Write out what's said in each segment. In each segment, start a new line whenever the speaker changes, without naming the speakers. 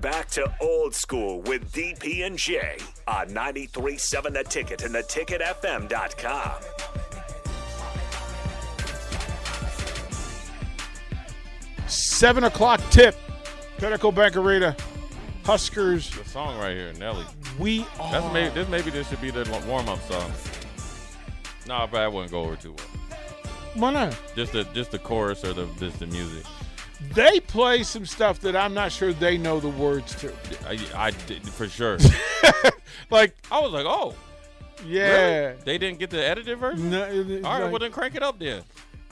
Back to old school with DP and J on 937 The Ticket and theticketfm.com.
Seven o'clock tip, Pinnacle Bank Arena, Huskers.
The song right here, Nelly.
We are.
That's maybe this maybe this should be the warm up song. Nah, but I wouldn't go over too well.
Why not?
Just the just the chorus or the just the music.
They play some stuff that I'm not sure they know the words to.
I, I did for sure.
Like,
I was like, oh,
yeah.
really? They didn't get the edited version.
No, it- it's
All right,
like-
well then crank it up then.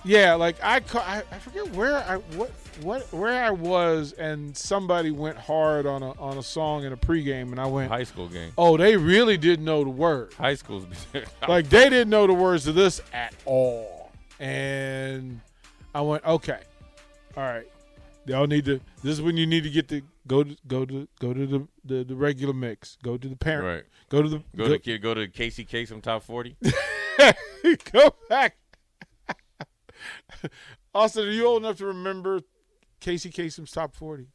Yeah, like I, ca- I I forget where I what what where I was, and somebody went hard on a on a song in a pregame, and I went,
High school game.
"Oh, they really didn't know the word.
High school's
Like they didn't know the words to this at all." And I went, "Okay, all right, y'all need to. This is when you need to get to go to go to go to the the, the regular mix. Go to the parent.
Right.
Go to the
go to kid. Go to Casey Kasem top forty.
go back. Austin, are you old enough to remember Casey Kasem's top forty?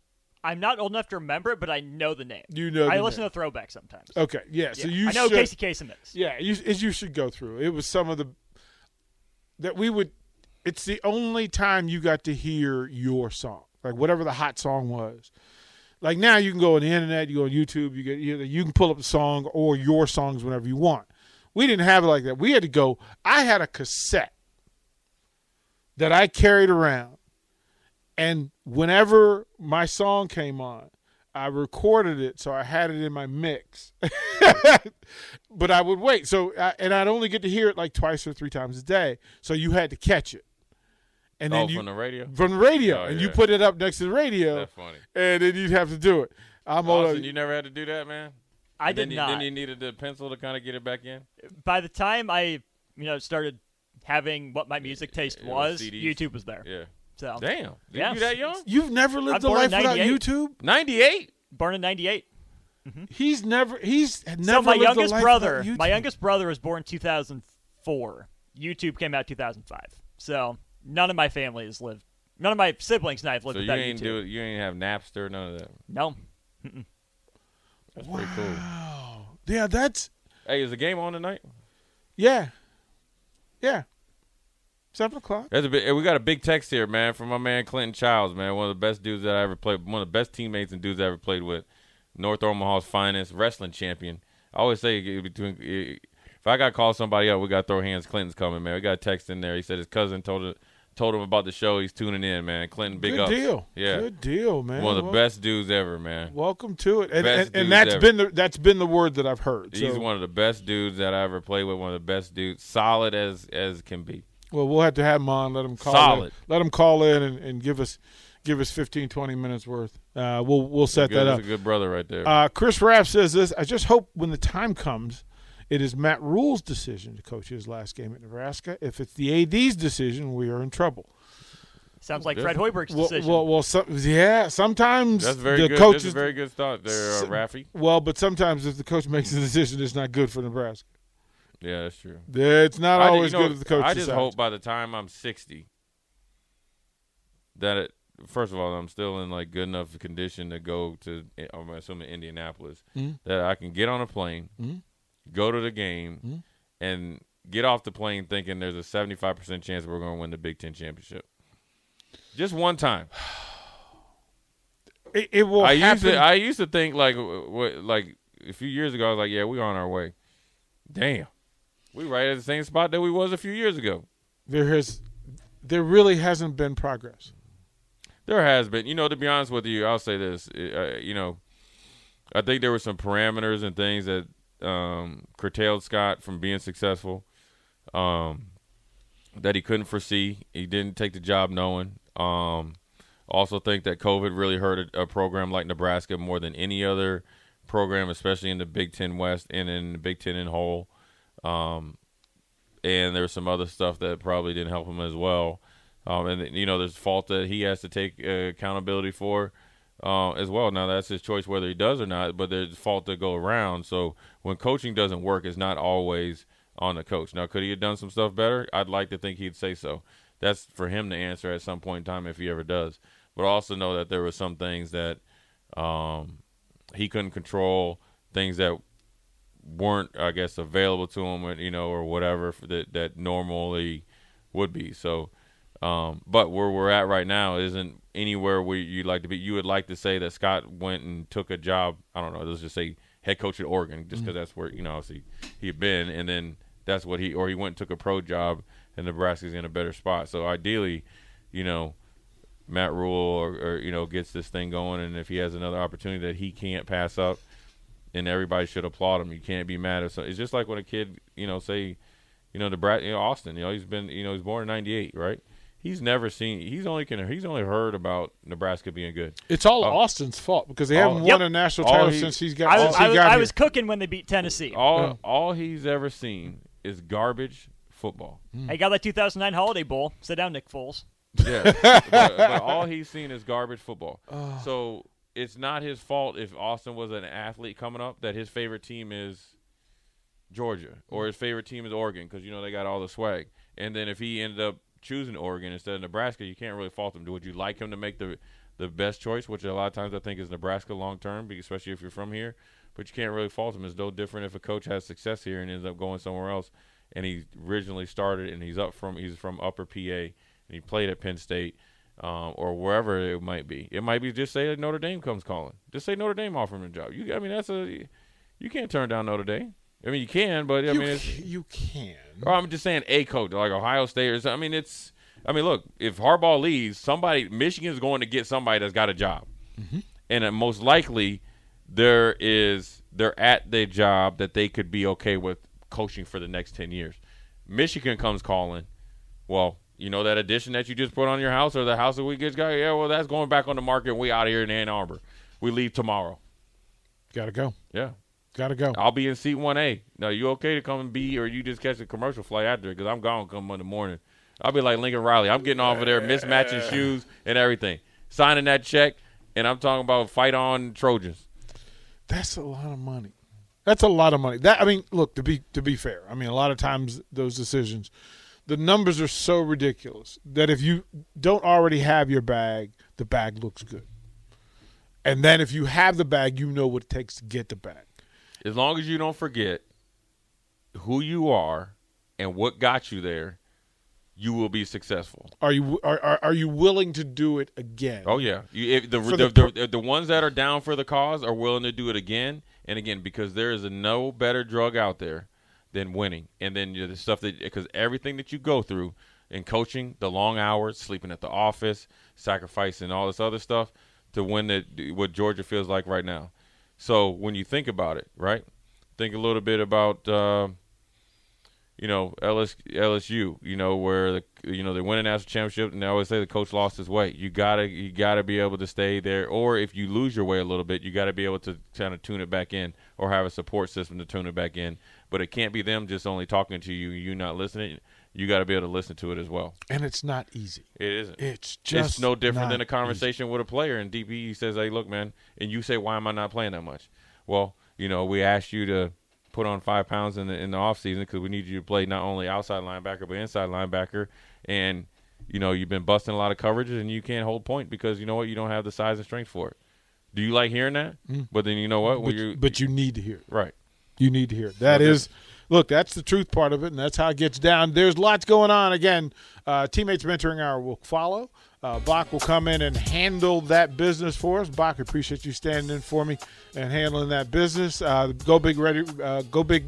I'm not old enough to remember it, but I know the name.
You know
I
the
listen
name.
to Throwback sometimes.
Okay, yeah. So
Yeah.
you
I know
should,
Casey Kasem is.
Yeah, you it, you should go through. It was some of the that we would. It's the only time you got to hear your song, like whatever the hot song was. Like now, you can go on the internet, you go on YouTube, you get you, know, you can pull up the song or your songs whenever you want. We didn't have it like that. We had to go. I had a cassette that I carried around. And whenever my song came on, I recorded it, so I had it in my mix. but I would wait. So, I, and I'd only get to hear it like twice or three times a day. So you had to catch it, and then
Oh,
you
from the radio.
from the radio,
Oh,
and you
yeah.
put it up next to the radio,
That's funny.
and then you'd have to do it. I'm old.
Austin, you never had to do that, man.
I
And then
did
you-
not.
Then you needed the pencil to kind of get it back in.
By the time I, you know, started having what my music taste
it was
was,
CDs.
YouTube was there.
Yeah.
So
Damn. Did
Yeah.
You that young?
You've never lived
I'm
a
born
life
in
without
98.
YouTube.
Ninety eight.
born in '98.
He's never. He's never.
Hmm? So my
lived a
youngest
life
brother,
without
my
YouTube.
youngest brother was born 2004. YouTube came out 2005. So none of my family has lived. None of my siblings and I have lived
So you
without
ain't
YouTube.
do it. You ain't have Napster. None of that.
No,
That's pretty cool.
Yeah, that's
Hey, is the game on tonight?
yeah, yeah. Seven o'clock.
That's a big, we got a big text here, man, from my man Clinton Childs, man, one of the best dudes that I ever played, one of the best teammates and dudes I ever played with. North Omaha's finest wrestling champion. I always say it between if I got to call somebody up, we got to throw hands. Clinton's coming, man. We got a text in there. He said his cousin told it- told him about the show. He's tuning in, man. Clinton, big
Good
ups.
deal.
Yeah,
Good deal, man.
one of the
Well,
best dudes ever, man.
Welcome to it, and,
Best
and, and
dudes
that's
ever.
been the that's been the word that I've heard.
He's
So,
one of the best dudes that I ever played with. One of the best dudes, solid as as can be.
well, we'll have to have him on. Let him call. In.
Solid.
Let him call in and, and give us give us 15, 20 minutes worth. Uh, we'll we'll set
Good,
that
that's
up.
a good brother right there.
Uh, Chris Rapp says this. I just hope when the time comes, it is Matt Rule's decision to coach his last game at Nebraska. If it's the AD's decision, we are in trouble.
sounds like
This-
Fred Hoiberg's
Well,
decision.
well, well some, yeah. Sometimes
that's very
the
good.
coaches.
That's a very good thought there, uh, Rafi.
well, but sometimes if the coach makes a decision, it's not good for Nebraska.
Yeah, that's true.
It's not
ju-
always
you know,
good if the coach.
I just
decides.
hope by the time I'm 60 that it. First of all, I'm still in like good enough condition to go to. I'm assuming Indianapolis
Mm-hmm.
that I can get on a plane, go to the game,
Mm-hmm.
and get off the plane thinking there's a 75 percent chance we're going to win the Big Ten championship. Just one time.
It, it will
I
happen.
used to I used to think like w- w- like a few years ago I was like yeah we're on our way. Damn, we right at the same spot that we was a few years ago.
there has, there really hasn't been progress.
There has been, you know, to be honest with you, I'll say this. Uh, you know, I think there were some parameters and things that um, curtailed Scott from being successful um, that he couldn't foresee. He didn't take the job knowing. Um, also, think that COVID really hurt a, a program like Nebraska more than any other program, especially in the Big Ten West and in the Big Ten in whole. Um, and there was some other stuff that probably didn't help him as well. Um, and you know, there's fault that he has to take uh, accountability for uh, as well. Now that's his choice whether he does or not, but there's fault to go around. So when coaching doesn't work, it's not always on the coach. Now, could he have done some stuff better? I'd like to think he'd say so. That's for him to answer at some point in time if he ever does. But I also know that there were some things that Um, he couldn't control things that weren't, I guess, available to him, or, you know, or whatever f- that that normally would be. So, um, but where we're at right now isn't anywhere where you'd like to be. You would like to say that Scott went and took a job. I don't know. Let's just say head coach at Oregon, just because that's where you know obviously he had been, and then that's what he or he went and took a pro job, and Nebraska's in a better spot. So ideally, you know. Matt Rule or, or you know gets this thing going, and if he has another opportunity that he can't pass up, and everybody should applaud him. You can't be mad at so it's just like when a kid, you know, say, you know, the Brad, you know, Austin, you know, he's been, you know, he's born in '98, right? He's never seen. He's only can. He's only heard about Nebraska being good.
It's all
All-
Austin's fault because they
Oh. all-
haven't
Yep.
won a national
all
title
he-
since he's got
I was,
since he
I was,
got
I
here.
was cooking when they beat Tennessee.
All
Yeah.
all he's ever seen is garbage football.
I got that 2009 Holiday Bowl. Sit down, Nick Foles.
Yeah, but, but all he's seen is garbage football. So it's not his fault if Austin was an athlete coming up that his favorite team is Georgia or his favorite team is Oregon because you know they got all the swag. And then if he ended up choosing Oregon instead of Nebraska, you can't really fault him. Would you like him to make the the best choice, which a lot of times I think is Nebraska long term, be- especially if you're from here? But you can't really fault him. It's no different if a coach has success here and ends up going somewhere else. And he originally started, and he's up from he's from Upper PA, and he played at Penn State um, or wherever it might be. It might be just say that Notre Dame comes calling. Just say Notre Dame offering him a job. You, I mean, that's a you can't turn down Notre Dame. I mean, you can, but I
you,
mean, it's,
ca- you can.
or I'm just saying a coach like Ohio State or something. I mean, it's. I mean, look, if Harbaugh leaves, somebody Michigan's going to get somebody that's got a job, and uh, most likely there is they're at their job that they could be okay with coaching for the next ten years. Michigan comes calling. Well, you know that addition that you just put on your house or the house that we just got. Yeah, well, that's going back on the market. We out of here in Ann Arbor. We leave tomorrow.
Gotta go.
Yeah.
Gotta go.
I'll be in seat one A. Now you okay to come and be, or you just catch a commercial flight after? Because I'm gone come Monday morning. I'll be like Lincoln Riley. I'm getting off of there, mismatching shoes and everything, signing that check, and I'm talking about fight on Trojans.
That's a lot of money. That's a lot of money. That I mean, look to be to be fair. I mean, a lot of times those decisions, the numbers are so ridiculous that if you don't already have your bag, the bag looks good. And then if you have the bag, you know what it takes to get the bag.
As long as you don't forget who you are and what got you there, you will be successful.
Are you are are, are you willing to do it again?
Oh yeah, you, if the,
For
the,
the-
the, the ones that are down for the cause are willing to do it again and again because there is a no better drug out there than winning. And then you know, the stuff that because everything that you go through in coaching, the long hours, sleeping at the office, sacrificing all this other stuff to win the, what Georgia feels like right now. So when you think about it, right? Think a little bit about. Uh, you know LS, LSU, you know where the you know they win a national championship, and I always say the coach lost his way. You gotta you gotta be able to stay there, or if you lose your way a little bit, you gotta be able to kind of tune it back in, or have a support system to tune it back in. But it can't be them just only talking to you, you not listening. You gotta be able to listen to it as well.
And it's not easy.
It isn't.
It's just
it's no different
not
than a conversation with a player. And DP says, "Hey, look, man," and you say, "Why am I not playing that much?" Well, you know, we asked you to put on five pounds in the in the off season because we need you to play not only outside linebacker but inside linebacker. And you know, you've been busting a lot of coverages and you can't hold point because you know what, you don't have the size and strength for it. Do you like hearing that? But then you know what, when
Mm. But,
you
but you need to hear it.
right.
You need to hear. it. That
Okay.
is, look, that's the truth part of it, and that's how it gets down. There's lots going on. Again, uh, teammates mentoring hour will follow. Uh, Bach will come in and handle that business for us. Bach, appreciate you standing in for me and handling that business. Uh, the go big red, uh, go big,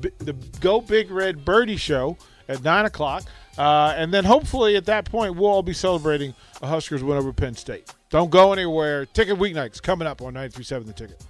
B- the Go Big Red Birdie show at nine o'clock, uh, and then hopefully at that point we'll all be celebrating a Huskers win over Penn State. Don't go anywhere. Ticket weeknights coming up on 937 The Ticket.